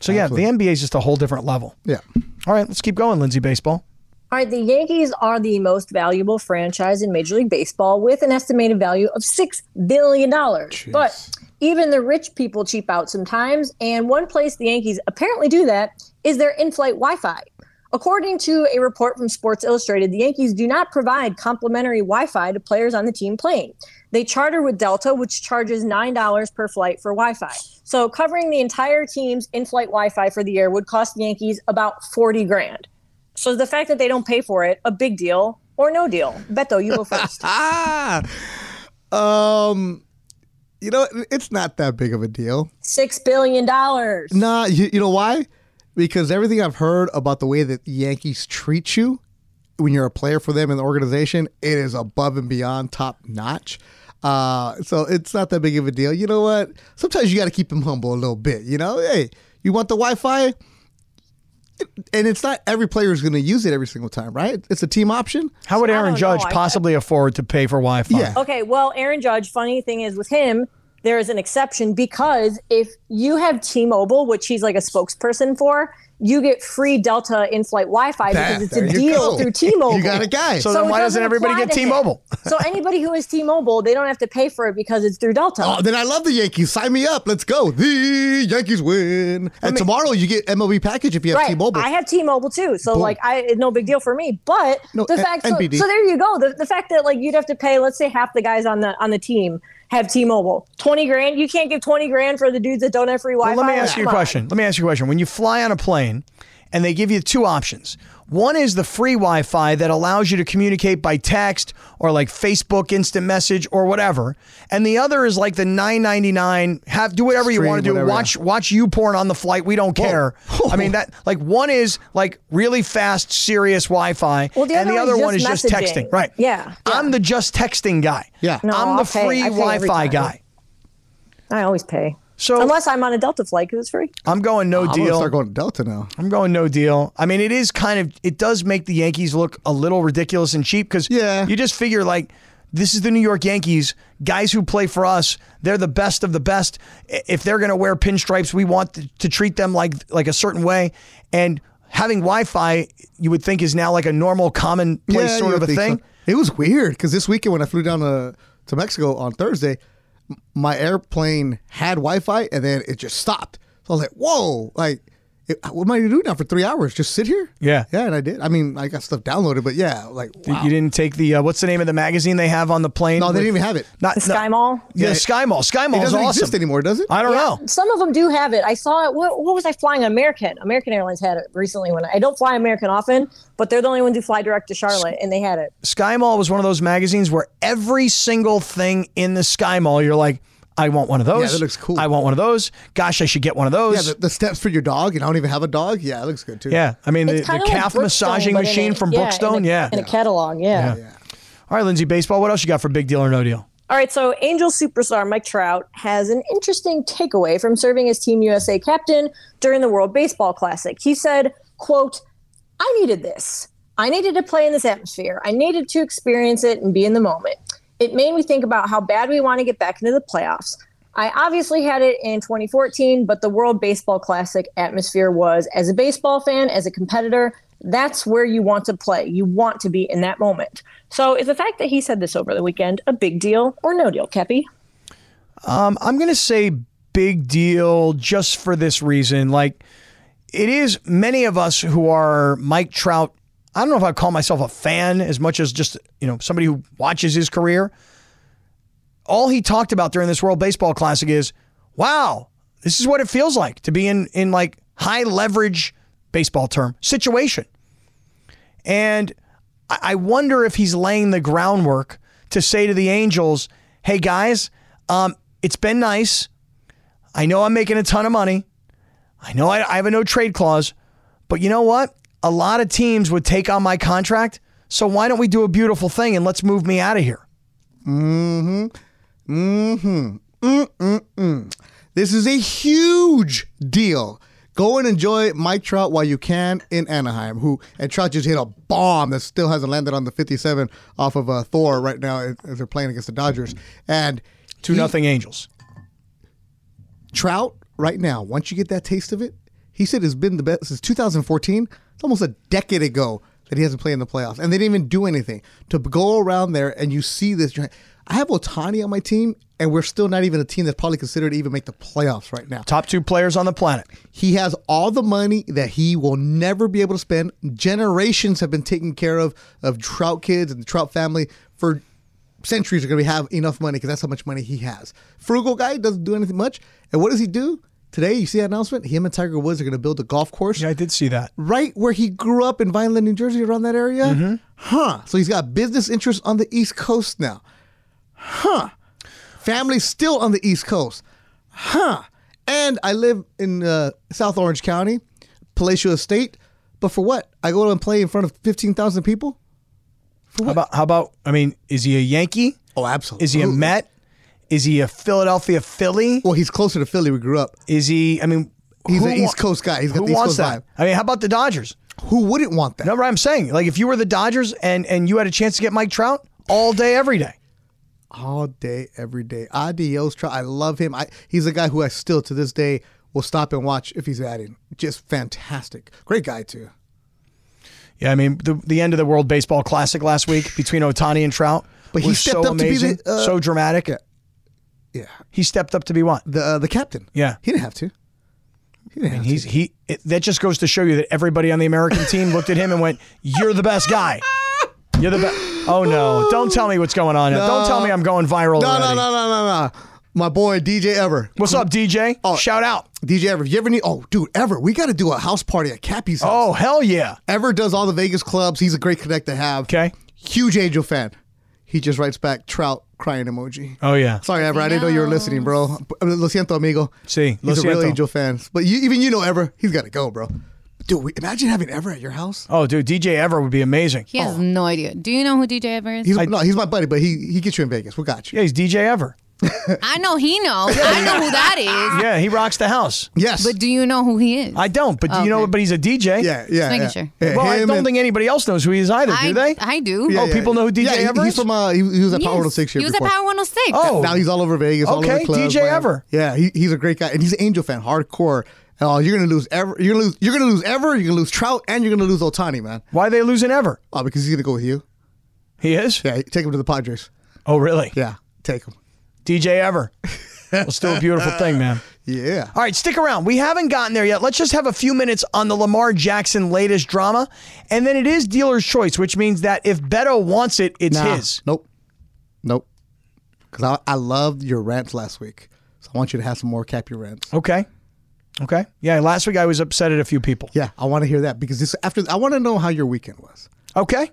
So yeah, the NBA is just a whole different level. Yeah. All right, let's keep going, Lindsay. Baseball. All right, the Yankees are the most valuable franchise in Major League Baseball with an estimated value of $6 billion. But even the rich people cheap out sometimes. And one place the Yankees apparently do that is their in flight Wi Fi. According to a report from Sports Illustrated, the Yankees do not provide complimentary Wi Fi to players on the team plane. They charter with Delta, which charges $9 per flight for Wi Fi. So covering the entire team's in flight Wi Fi for the year would cost the Yankees about 40 grand. So the fact that they don't pay for it, a big deal or no deal. Beto, you go first. Um, you know, it's not that big of a deal. Six billion dollars. Nah, you, you know why? Because everything I've heard about the way that the Yankees treat you when you're a player for them in the organization, it is above and beyond top notch. Uh, so it's not that big of a deal. You know what? Sometimes you got to keep them humble a little bit. You know, hey, you want the Wi Fi? And it's not every player is going to use it every single time, right? It's a team option. How would I don't Aaron know. Judge I- possibly afford to pay for Wi Fi? Yeah. Okay, well, Aaron Judge, funny thing is with him, there is an exception because if you have T Mobile, which he's like a spokesperson for, you get free Delta in flight Wi Fi because it's a there you deal go. through T Mobile. You got a guy. So, then it why doesn't everybody apply get to him. T Mobile? so anybody who is T Mobile, they don't have to pay for it because it's through Delta. Oh, then I love the Yankees. Sign me up. Let's go. The Yankees win. And tomorrow you get MLB package if you have right. T-Mobile. I have T-Mobile too, so Boom. like I it's no big deal for me. But No, the N- fact so, NBD. so there you go. The, the fact that like you'd have to pay, let's say half the guys on the on the team have T-Mobile, twenty grand. You can't give twenty grand for the dudes that don't have free Wi-Fi. Well, let me Like, ask you a come on. question. Let me ask you a question. When you fly on a plane and they give you two options, one is the free Wi Fi that allows you to communicate by text or like Facebook instant message or whatever. And the other is like the nine ninety nine, have do whatever you Stream, want to do. whatever, watch watch you porn on the flight. We don't care. I mean that like one is like really fast, serious Wi Fi. Well, the and the other other is one is just just messaging. texting. Right. Yeah, I'm the just texting guy. Yeah. No, I'm I'll the pay- free I pay Wi every Fi time. guy. I always pay. So- unless I'm on a Delta flight because it's free. I'm going no I'm going to deal. start going to Delta now. I'm going no deal. I mean, it is kind of it does make the Yankees look a little ridiculous and cheap because Yeah. you just figure like this is the New York Yankees guys who play for us. They're the best of the best. I- If they're going to wear pinstripes, we want to, to treat them like like a certain way. And having Wi-Fi, you would think is now like a normal, commonplace you sort of would a think thing. so. It was weird because this weekend when I flew down to, to Mexico on Thursday, m- my airplane had Wi-Fi and then it just stopped. So I was like, "Whoa! Like, it, what am I gonna do now for three hours? Just sit here?" Yeah. yeah. And I did. I mean, I got stuff downloaded, but yeah, like, wow. You didn't take the uh, what's the name of the magazine they have on the plane? no, they with- didn't even have it. Not The Sky no, Mall. Yeah, Sky Mall. Sky It Mall is doesn't awesome exist anymore, does it? I don't know. Some of them do have it. I saw it. What, what was I flying? American. American Airlines had it recently. When I don't fly American often, but they're the only ones who fly direct to Charlotte, and they had it. Sky Mall was one of those magazines where every single thing in the Sky Mall, you're like, I want one of those. Yeah, that looks cool. I want one of those. Gosh, I should get one of Yeah, those. Yeah, the, the steps for your dog, and I don't even have a dog. Yeah, it looks good too. I mean, the, It's the kinda like calf Brookstone, massaging but in machine a- from yeah, Brookstone. in a- yeah. in a catalog, yeah. All right, Lindsay, baseball. What else you got for big deal or no deal? All right, so Angel superstar Mike Trout has an interesting takeaway from serving as Team USA captain during the World Baseball Classic. He said, "quote I needed this. I needed to play in this atmosphere. I needed to experience it and be in the moment. It made me think about how bad we want to get back into the playoffs. I obviously had it in 2014, but the World Baseball Classic atmosphere was as a baseball fan, as a competitor, that's where you want to play. You want to be in that moment. So is the fact that he said this over the weekend a big deal or no deal, Kepi? Um, I'm going to say big deal just for this reason. Like, it is many of us who are Mike Trout. I don't know if I call myself a fan as much as just, you know, somebody who watches his career. All he talked about during this World Baseball Classic is, wow, this is what it feels like to be in, in like high leverage baseball term situation. And I- I wonder if he's laying the groundwork to say to the Angels, hey guys, um, it's been nice. I know I'm making a ton of money. I know I, I have a no trade clause, but you know what? A lot of teams would take on my contract. So why don't we do a beautiful thing and let's move me out of here? Mm-hmm. This is a huge deal. Go and enjoy Mike Trout while you can in Anaheim. Who and Trout just hit a bomb that still hasn't landed on the 57 off of uh, Thor right now as as they're playing against the Dodgers. And Two nothing Angels. Trout right now, once you get that taste of it, he said it's been the best since 2014. It's almost a decade ago that he hasn't played in the playoffs, and they didn't even do anything to go around there. And you see this. you're like, I have Otani on my team, and we're still not even a team that's probably considered to even make the playoffs right now. Top two players on the planet. He has all the money that he will never be able to spend. Generations have been taken care of of Trout kids and the Trout family for centuries. Are going to have enough money because that's how much money he has. Frugal guy doesn't do anything much. And what does he do today? You see that announcement? Him and Tiger Woods are going to build a golf course Yeah, I did see that. right where he grew up in Vineland, New Jersey, around that area. Huh. So he's got business interests on the East Coast now. Huh. Family still on the East Coast. Huh. And I live in uh, South Orange County, Palatial Estate. But for what? I go and play in front of 15,000 people? How about how about? I mean, is he a Yankee? Oh, absolutely. Is he a Met? Is he a Philadelphia Philly? Well, he's closer to Philly. We grew up. Is he? I mean, He's who an East Coast guy. He's got who the East wants Coast that? vibe. I mean, how about the Dodgers? Who wouldn't want that? No, but I'm saying, like, if you were the Dodgers and and you had a chance to get Mike Trout all day, every day, all day, every day. Adios, Trout. I love him. I, he's a guy who I still to this day will stop and watch if he's batting. Just fantastic. Great guy too. yeah. I mean, the the end of the World Baseball Classic last week between Otani and Trout, But he was stepped so up to be the, amazing, uh, so dramatic. Yeah. He stepped up to be what? The uh, the captain. Yeah. He didn't have to. He didn't have He's to. he. It, that just goes to show you that everybody on the American team looked at him and went, "You're the best guy. You're the best." Oh no! Don't tell me what's going on. now. Don't tell me I'm going viral. No, no, already. no, no, no, no. My boy DJ Ever. What's up, DJ? Oh. Shout out. DJ Ever. If you ever need oh dude, Ever, we gotta do a house party at Cappy's house. Oh hell yeah! Ever does all the Vegas clubs. He's a great connect to have. Okay. Huge Angel fan. He just writes back Trout crying emoji. Oh yeah. Sorry, Ever. I didn't know you were listening, bro. Lo siento, amigo. See, lo he's a real siento. Angel fan. But you, even you know Ever. He's got to go, bro. Dude, we, imagine having Ever at your house. Oh dude, DJ Ever would be amazing. Oh, He has no idea. Do you know who DJ Ever is? He's, no, he's my buddy, but he he gets you in Vegas. We got you. Yeah, he's DJ Ever. I know he knows. I know who that is. Yeah, he rocks the house. Yes. But do you know who he is? I don't, but you know, Okay. but he's a DJ. yeah, yeah. Just making yeah. sure. Yeah, Well, I him don't and- think anybody else knows who he is either, I, do they? I do. Oh, Oh, people know who DJ yeah, he- Ever He's is? from uh, he, he was at Power Yes. 106 here He was before. at Power 106. Oh. Now he's all over Vegas. all over Okay, the clubs, DJ whatever. Ever. Yeah, he, he's a great guy, and he's an Angel fan, hardcore. Oh, you're gonna lose ever. You're gonna lose. You're gonna lose ever. You're gonna lose Trout, and you're gonna lose Otani, man. Why are they losing Ever? Oh, because he's gonna go with you. He is? Yeah, take him to the Padres. Oh, really? Yeah, take him. DJ Ever. Let's do a beautiful thing, man. Yeah. All right, stick around. We haven't gotten there yet. Let's just have a few minutes on the Lamar Jackson latest drama. And then it is dealer's choice, which means that if Beto wants it, it's Nah, his. Nope. Nope. Because I, I loved your rants last week. So I want you to have some more cap your rants. Okay. Okay. Yeah, last week I was upset at a few people. Yeah, I want to hear that because this after I want to know how your weekend was Okay.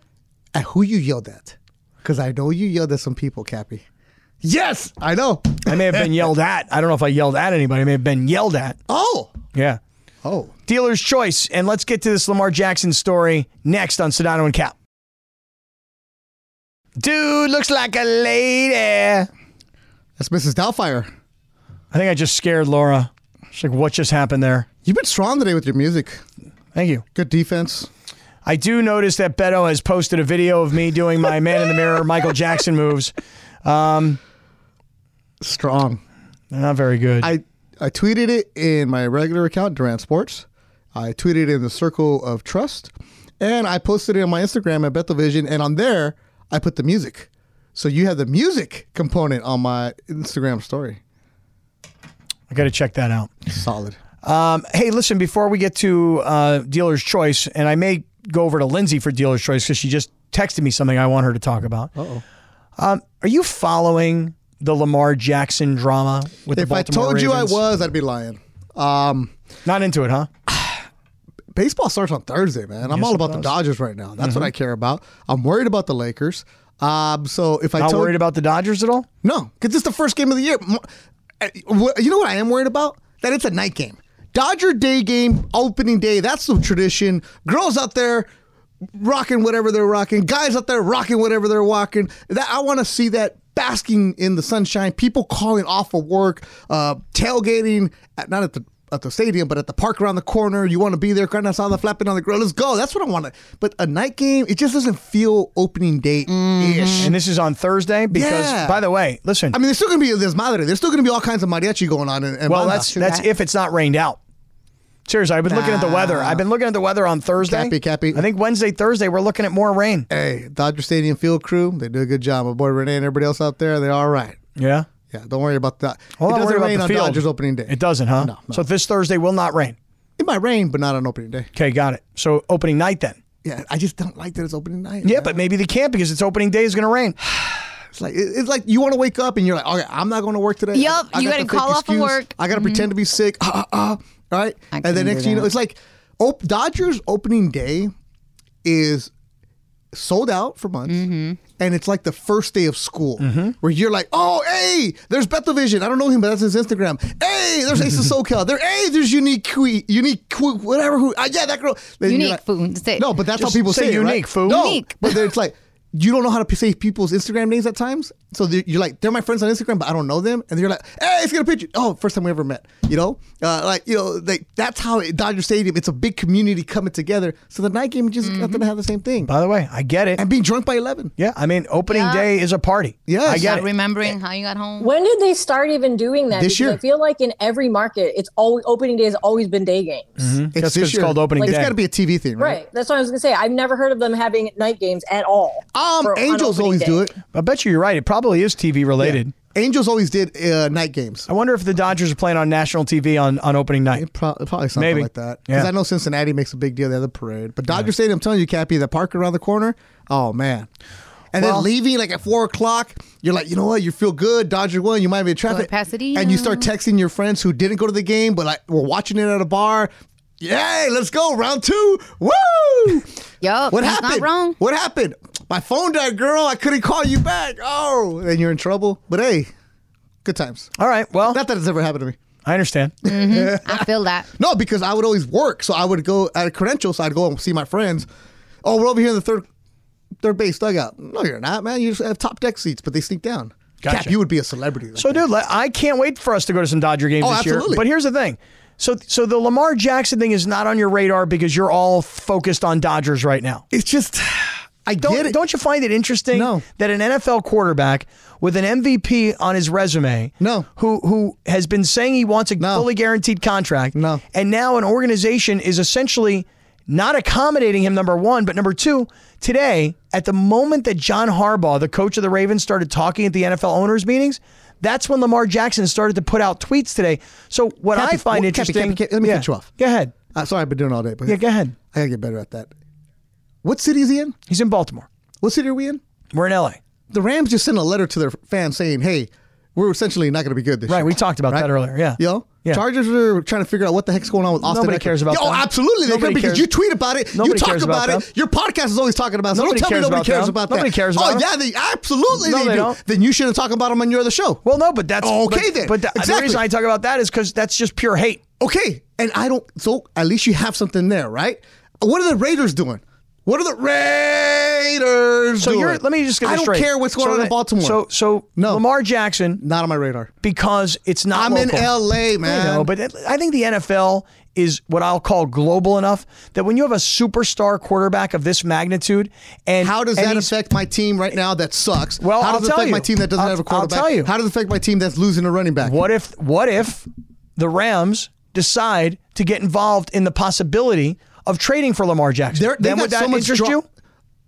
and who you yelled at. Because I know you yelled at some people, Cappy. Yes, I know. I may have been yelled at. I don't know if I yelled at anybody. I may have been yelled at. Oh, Yeah. oh. Dealer's choice. And let's get to this Lamar Jackson story next on Sedano and Cap. Dude looks like a lady. I That's Mrs. Doubtfire. think I just scared Laura. She's like, what just happened there? You've been strong today with your music. Thank you. Good defense. I do notice that Beto has posted a video of me doing my man in the mirror Michael Jackson moves. Strong. They're not very good. I I tweeted it in my regular account, Durant Sports. I tweeted it in the Circle of Trust, and I posted it on my Instagram at Bethelvision. And on there, I put the music. So you have the music component on my Instagram story. I got to check that out. Solid. Hey, listen, before we get to uh, dealer's choice, and I may go over to Lindsay for dealer's choice because she just texted me something I want her to talk about. oh Um, are you following the Lamar Jackson drama with the If I Baltimore told you I Ravens? was, I'd be lying. Um, Not into it, huh? baseball starts on Thursday, man. I'm all about the Dodgers right now. That's Mm-hmm. what I care about. I'm worried about the Lakers. Um, so if I Not told worried about the Dodgers at all? No, because it's the first game of the year. Mo- uh, wh- You know what I am worried about? That it's a night game. Dodger day game, opening day. That's the tradition. Girls out there rocking whatever they're rocking. Guys out there rocking whatever they're rocking. That I want to see that basking in the sunshine. People calling off of work, uh, tailgating at, not at the at the stadium, but at the park around the corner. You want to be there, kind of saw the flapping on the grill. Let's go. That's what I want to. But a night game, it just doesn't feel opening day ish. And this is on Thursday because, Yeah. by the way, listen. I mean, there's still going to be this madre. There's still going to be all kinds of mariachi going on. And, and well, banda. that's that's if it's not rained out. Seriously, I've been looking at the weather. I've been looking at the weather on Thursday. Cappy, Cappy. Eh. I think Wednesday, Thursday, we're looking at more rain. Hey, Dodger Stadium field crew, they do a good job. My boy Renee and everybody else out there, they're all right. Yeah. Yeah, don't worry about that. Well, it I'm doesn't worried rain about on the field. Dodgers opening day. Oh, It doesn't, huh? No, no. So this Thursday will not rain. It might rain, but not on opening day. Okay, got it. So opening night then. Yeah, I just don't like that it's opening night. Yeah, man. but maybe they can't because it's opening day is going to rain. It's like it- it's like you want to wake up and you're like, okay, I'm not going to work today. Yup, I you got gotta the fake call off from work. Mm-hmm. I got to pretend to be sick. Ah, ah, ah. All right, I and then couldn't next do thing you know, that. it's like op- Dodgers opening day is sold out for months, Mm-hmm. and it's like the first day of school Mm-hmm. where you're like, oh, hey, there's Bethelvision. I don't know him, but that's his Instagram. Hey, there's Ace of SoCal. There, hey, there's Unique Queen, Unique Queen, whatever. Who? ah, yeah, that girl. Then you're Unique like- food. Say- No, but that's how Just people say say, it, right? unique, fool. No, Unique. but then it's like you don't know how to p- say people's Instagram names at times. So they're- you're like, they're my friends on Instagram, but I don't know them. And you're like, hey, it's gonna picture. Oh, first time we ever met. You know, uh, like you know, like that's how it, Dodger Stadium. It's a big community coming together. So the night game just Mm-hmm. got to have the same thing. By the way, I get it. And being drunk by eleven. Yeah, I mean, opening Yeah. day is a party. Yes. I get Not it. remembering how you got home. When did they start even doing that? This because year. I feel like in every market, it's always opening day has always been day games. That's this 'cause it's year. called opening It's day. got to be a TV thing, right? Right. That's what I was gonna say. I've never heard of them having night games at all. Um, for- on Angels opening always day. do it. I bet you you're right. It probably is TV related. Angels always did uh, night games. I wonder if the Dodgers are playing on national TV on, on opening night. It pro- probably something Maybe. like that. Yeah. Because I know Cincinnati makes a big deal of the other parade. But Dodger Stadium, I'm telling you, Cappy, the park around the corner, oh, man. And Well- then leaving like at four o'clock, you're like, you know what? You feel good. Dodger won. You might be in traffic. Pasadena. And you start texting your friends who didn't go to the game, but like were watching it at a bar. Yay, let's go. Round two. Woo! Yup, What he's not happened? wrong. What happened? My phone died, girl. I couldn't call you back. Oh, then you're in trouble. But hey, good times. All right. Well, Not that it's ever happened to me. I understand. I feel that. No, because I would always work. So I would go at a credential, so I'd go and see my friends. Oh, we're over here in the third third base dugout. No, you're not, man. You just have top deck seats, but they sneak down. Gotcha. Cap, you would be a celebrity. like So, that. dude, le- I can't wait for us to go to some Dodger games Oh, this year. absolutely. But here's the thing. So, so the Lamar Jackson thing is not on your radar because you're all focused on Dodgers right now. it's just I Don't, get it. don't you find it interesting No. that an NFL quarterback with an MVP on his resume, No. who who has been saying he wants a No. fully guaranteed contract, No. and now an organization is essentially not accommodating him. Number one, but number two, today at the moment that John Harbaugh, the coach of the Ravens, started talking at the NFL owners meetings. That's when Lamar Jackson started to put out tweets today. So what Cappy, I find well, Cappy, interesting, Cappy, Cappy, let me Yeah. cut you off. Go ahead. Uh, sorry, I've been doing it all day. But Yeah, go ahead. I gotta get better at that. What city is he in? He's in Baltimore. What city are we in? We're in LA. The Rams just sent a letter to their fans saying, "Hey, we're essentially not going to be good this Right. year." We talked about that earlier. Yeah. Yo, Yeah. Chargers are trying to figure out what the heck's going on with Austin. Nobody Eckler. cares about Yeah, Oh, them. absolutely. They Nobody care because cares. you tweet about it. Nobody you talk cares about about, them. it. Your podcast is always talking about. it. So Nobody don't tell cares me nobody about cares them. about that. Nobody cares about Oh them. yeah, they absolutely No, they, they do. don't. Then you shouldn't talk about them on your other show. Well, no, but that's Oh, okay But, then. but the, the Exactly. reason I talk about that is because that's just pure hate. okay, and I don't. So at least you have something there, right? What are the Raiders doing? What are the Raiders So doing? you're, let me just get I this don't straight. care what's going So on that- in Baltimore. So, so No. Lamar Jackson not on my radar. because it's not. I'm in local. LA, I man. know, but it- I think the NFL is what I'll call global enough that when you have a superstar quarterback of this magnitude, and How does and that he's- affect my team right now that sucks? Well, how I'll does it tell affect my you. team that doesn't I'll- have a I'll quarterback? tell you. How does it affect my team that's losing a running back? What if what if the Rams decide to get involved in the possibility of trading for Lamar Jackson? They're- they then got would that so much interest dra- you?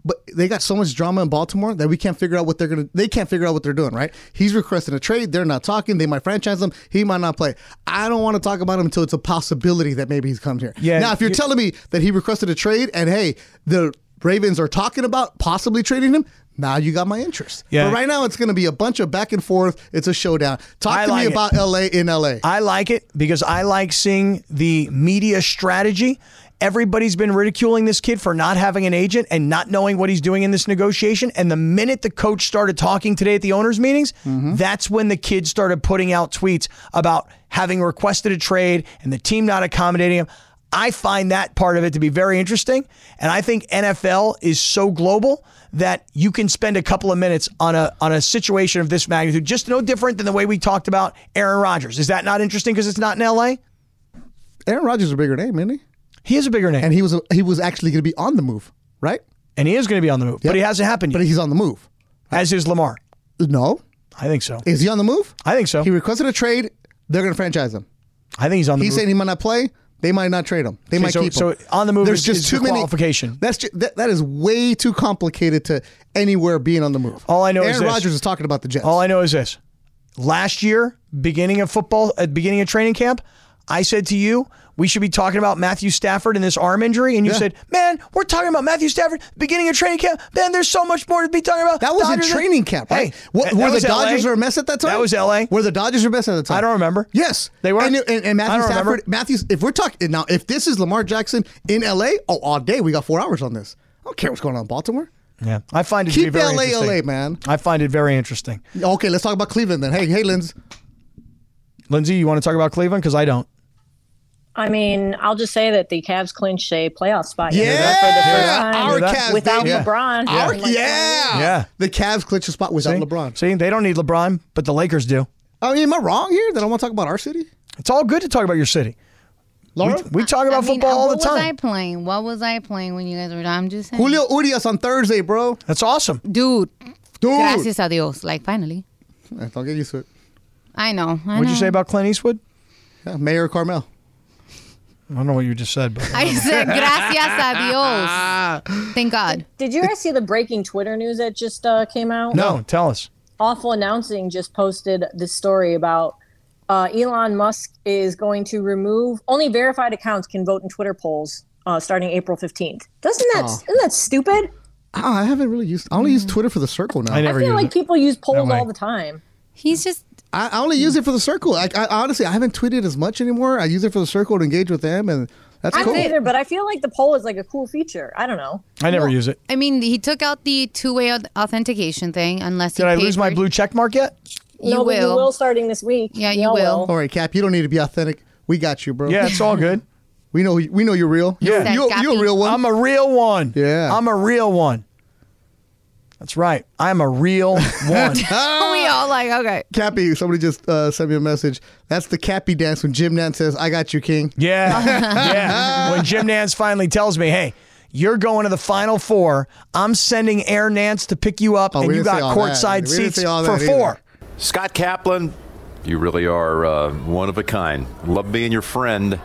But they got so much drama in Baltimore that we can't figure out what they're gonna. They can't figure out what they're doing. Right? He's requesting a trade. They're not talking. They might franchise him. He might not play. I don't want to talk about him until it's a possibility that maybe he's come here. Yeah, Now, if you're you- telling me that he requested a trade and hey, the Ravens are talking about possibly trading him. Now you got my interest. Yeah. But right now it's going to be a bunch of back and forth. It's a showdown. Talk I to like me it. about LA in LA. I like it because I like seeing the media strategy. Everybody's been ridiculing this kid for not having an agent and not knowing what he's doing in this negotiation. And the minute the coach started talking today at the owners' meetings, that's when the kid started putting out tweets about having requested a trade and the team not accommodating him. I find that part of it to be very interesting. And I think NFL is so global that you can spend a couple of minutes on a on a situation of this magnitude, just no different than the way we talked about Aaron Rodgers. Is that not interesting because it's not in LA? Aaron Rodgers is a bigger name, isn't he? He is a bigger name. And And he, he was he was actually going to be on the move, right? is going to be on the move. But he hasn't happened But yet. he's on the move. as is Lamar. No, I think so. is he on the move? I think so. He requested a trade. They're going to franchise him. I think he's on the He's move. saying he might not play. They might not trade him. They Okay, might so- keep so him. on the move There's is- just is too the many qualification. That's ju- that, that is way too complicated to anywhere being on the move. All I know is Aaron this. Rodgers is talking about the Jets. All I know is this: last year, beginning of football, at beginning of training camp, I said to you, we should be talking about Matthew Stafford and this arm injury, and you Yeah. said, "Man, we're talking about Matthew Stafford beginning of training camp. Man, there's so much more to be talking about." that was Dodgers- in training camp, right? Hey, What- that were the was LA. Dodgers were a mess at that time? That was L.A. Were the Dodgers were a mess at that time? I don't remember. Yes, They were. And, and, and Matthew I don't Stafford, remember. Matthews. If we're talking now, if this is Lamar Jackson in L.A., oh, all day we got four hours on this. I don't care what's going on in Baltimore. Yeah, I find it to be Keep very L.A. interesting. L.A. man. I find it very interesting. Okay, let's talk about Cleveland then. Hey, hey, Linz. Lindsay, you want to talk about Cleveland? Because I don't. I mean, I'll just say that the Cavs clinched a playoff spot. you know, Yeah, for the first time our that? Cavs without baby. LeBron. Our, in, yeah. like, Yeah. The Cavs clinch a spot without See? LeBron. See, they don't need LeBron, but the Lakers do. I mean, am I wrong here that I want to talk about our city? It's all good to talk about your city. Laura? We talk I about mean, football uh, all the what was I time. playing? What was I playing when you guys were done? I'm just Hmm. saying. Julio Urias on Thursday, bro. That's awesome. Dude, Dude. gracias a Dios. Like, finally. Eh, Don't get used to it. I know. I What'd you know. say about Clint Eastwood? Yeah, Mayor Carmel. I don't know what you just said, but I said, gracias a Dios. Thank God. Did you guys see the breaking Twitter news that just uh, came out? no, tell us. Awful Announcing just posted this story about uh, Elon Musk is going to remove only verified accounts can vote in Twitter polls uh, starting April 15th. Doesn't that, isn't that stupid? Oh, I haven't really used. I only use Twitter for the circle now. I I, never I feel use like it. people use polls way. all the time. He's just, I only use it for the circle. Like, I, honestly, I haven't tweeted as much anymore. I use it for the circle to engage with them, and that's I cool. don't either, but I feel like the poll is like a cool feature. I don't know. I never use it. I mean, he took out the two way authentication thing, unless Did he I paid lose my for- blue check mark yet? You no, but you will. will starting this week. Yeah, you Y'all will. All right, Cap, you don't need to be authentic. We got you, bro. Yeah, it's all good. we know we know you're real. Yeah. Um, you you a real one. I'm a real one. Yeah. I'm a real one. That's right. I'm a real one. Oh, we all like, okay. Cappy, somebody just uh, sent me a message. That's the Cappy dance when Jim Nance says, "I got you, King." Yeah. yeah. When Jim Nance finally tells me, hey, you're going to the final four. I'm sending Air Nance to pick you up, Oh, we and you didn't say got all that. courtside We didn't seats say all for that either. four. Scott Kaplan, you really are uh, one of a kind. Love being your friend.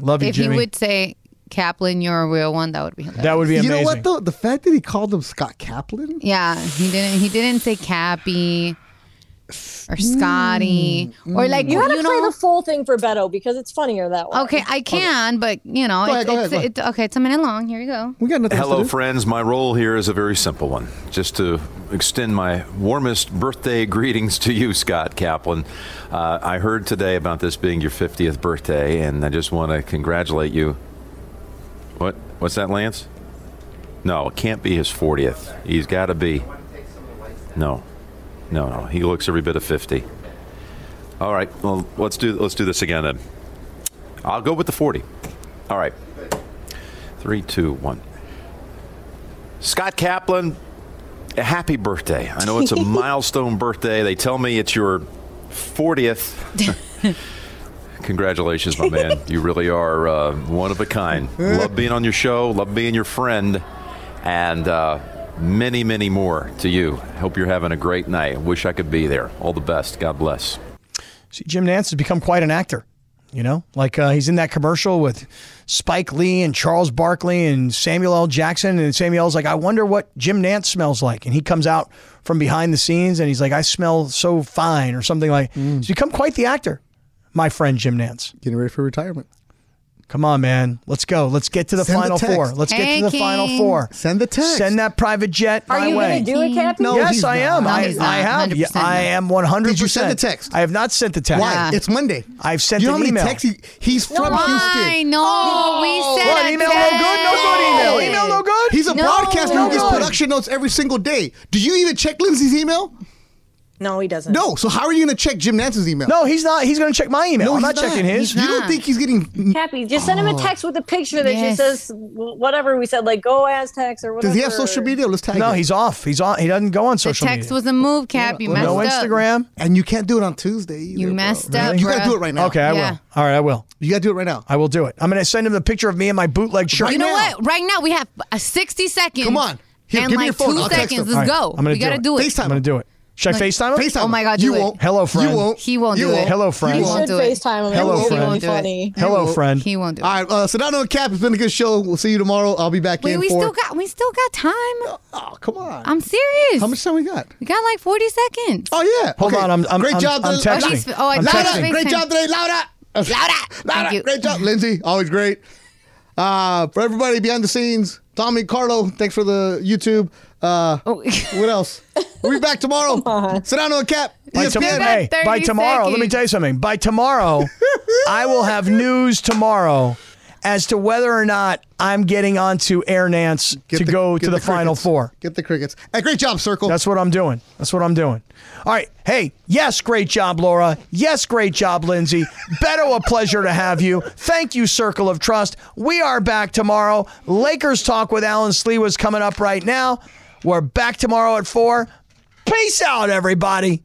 Love you, If Jimmy. he would say, Kaplan, you're a real one, that would be hilarious. that would be You amazing. know what though? The fact that he called him Scott Kaplan. Yeah, he didn't. He didn't say Cappy or Scotty or like you, Mm. You gotta play know. the full thing for Beto because it's funnier that way. okay, I can, but you know, Go it's, ahead, go ahead, it's, go ahead. it's okay. It's a minute long. Here you go. We got nothing. else Hello, to do. friends. My role here is a very simple one. Just to extend my warmest birthday greetings to you, Scott Kaplan. Uh, I heard today about this being your 50th birthday, and I just want to congratulate you. What? What's that, Lance? No, it can't be his 40th. He's got to be. No, no, no. He looks every bit of 50. All right. Well, let's do let's do this again then. I'll go with the 40. All right. Three, two, one. Scott Kaplan, a happy birthday. I know it's a milestone birthday. They tell me it's your 40th. Congratulations, my man. You really are uh, one of a kind. Love being on your show, love being your friend, and uh, many, many more to you. Hope you're having a great night. Wish I could be there. All the best. God bless. See, Jim Nance has become quite an actor. You know, like uh, he's in that commercial with Spike Lee and Charles Barkley and Samuel L. Jackson, and Samuel's like, "I wonder what Jim Nance smells like," and he comes out from behind the scenes and he's like, "I smell so fine" or something like. Mm. He's become quite the actor, my friend Jim Nance. Getting ready for retirement. Come on, man, let's go. Let's get to the Send the final text. four. Let's get Hey, to the King. final four. Send the text. Send that private jet Are my you way. gonna do it, Cappy? No. yes, he's I not. am. No, I, he's not. I have. Yeah, 100% I not. am one hundred percent. Did you send the text? I have not sent the text. Why? Yeah. It's Monday. I've sent you know an how many email. texts he, he's from Why? Houston. No, we said Oh. What a email? No good. No good email. text. Email no good. He's a No. broadcaster No who gets good. production notes every single day. Do you even check Lindsay's email? No, he doesn't. No. So how are you going to check Jim Nance's email? no, he's not. He's going to check my email. No, I'm not, he's checking his. He's not. You don't think he's getting? Cappy, just send him Oh. a text with a picture that just Yes. says wh- whatever we said, like go Aztecs or whatever. Does he have social media? Let's tag no, him. he's off. He's on. He doesn't go on The social text media. was a move, Cap. You messed no up. Instagram. And you can't do it on Tuesday. Either, You bro. messed up, You got bruh. to do it right now. Okay, I Yeah. will. All right, I will. You got to do it right now. I will do it. I'm going to send him the picture of me in my bootleg shirt. Right You know now. what? Right now we have uh, 60 seconds. Come on. Here, and give me like your phone. two I'll text seconds. him. Let's All right. I'm go. gonna we do gotta it. do it. FaceTime. I'm going to do it. Should I FaceTime him? FaceTime. Oh my God, you do it. won't. Hello, friend. You won't. He won't You do it. won't. Hello, friend. He You won't should do it. FaceTime him. Hello, It would be friend. funny. Hello, friend. He won't do it. All right, uh, Sedano and Cap, it's been a good show. We'll see you tomorrow. I'll be back Wait, in we for. still got we still got time. oh, come on. I'm serious. How much time we got? We got like 40 seconds. Oh yeah. Hold on, I'm- I'm- great I'm- job. I'm today. texting. Oh, he's- oh, I I'm thought it was Laura, great FaceTime. job today, Laura. Laura, Thank Laura, you. great job, Lindsay. Always great. Uh, for everybody behind the scenes, Tommy, Carlo, thanks for the YouTube. Uh, Oh. what else? We'll be back tomorrow. Sedano and Cap, E By, ESPN. tom- got hey, 30 by tomorrow, let me seconds. tell you something. By tomorrow, I will have news tomorrow as to whether or not I'm getting onto Air Nance Get to the- go get to the, Final crickets. Four. Get the crickets. Hey, great job, Circle. That's what I'm doing. That's what I'm doing. All right. Hey, yes, great job, Laura. Yes, great job, Lindsay. Beto, a pleasure to have you. Thank you, Circle of Trust. We are back tomorrow. Lakers talk with Alan Slee was coming up right now. We're back tomorrow at four. Peace out, everybody.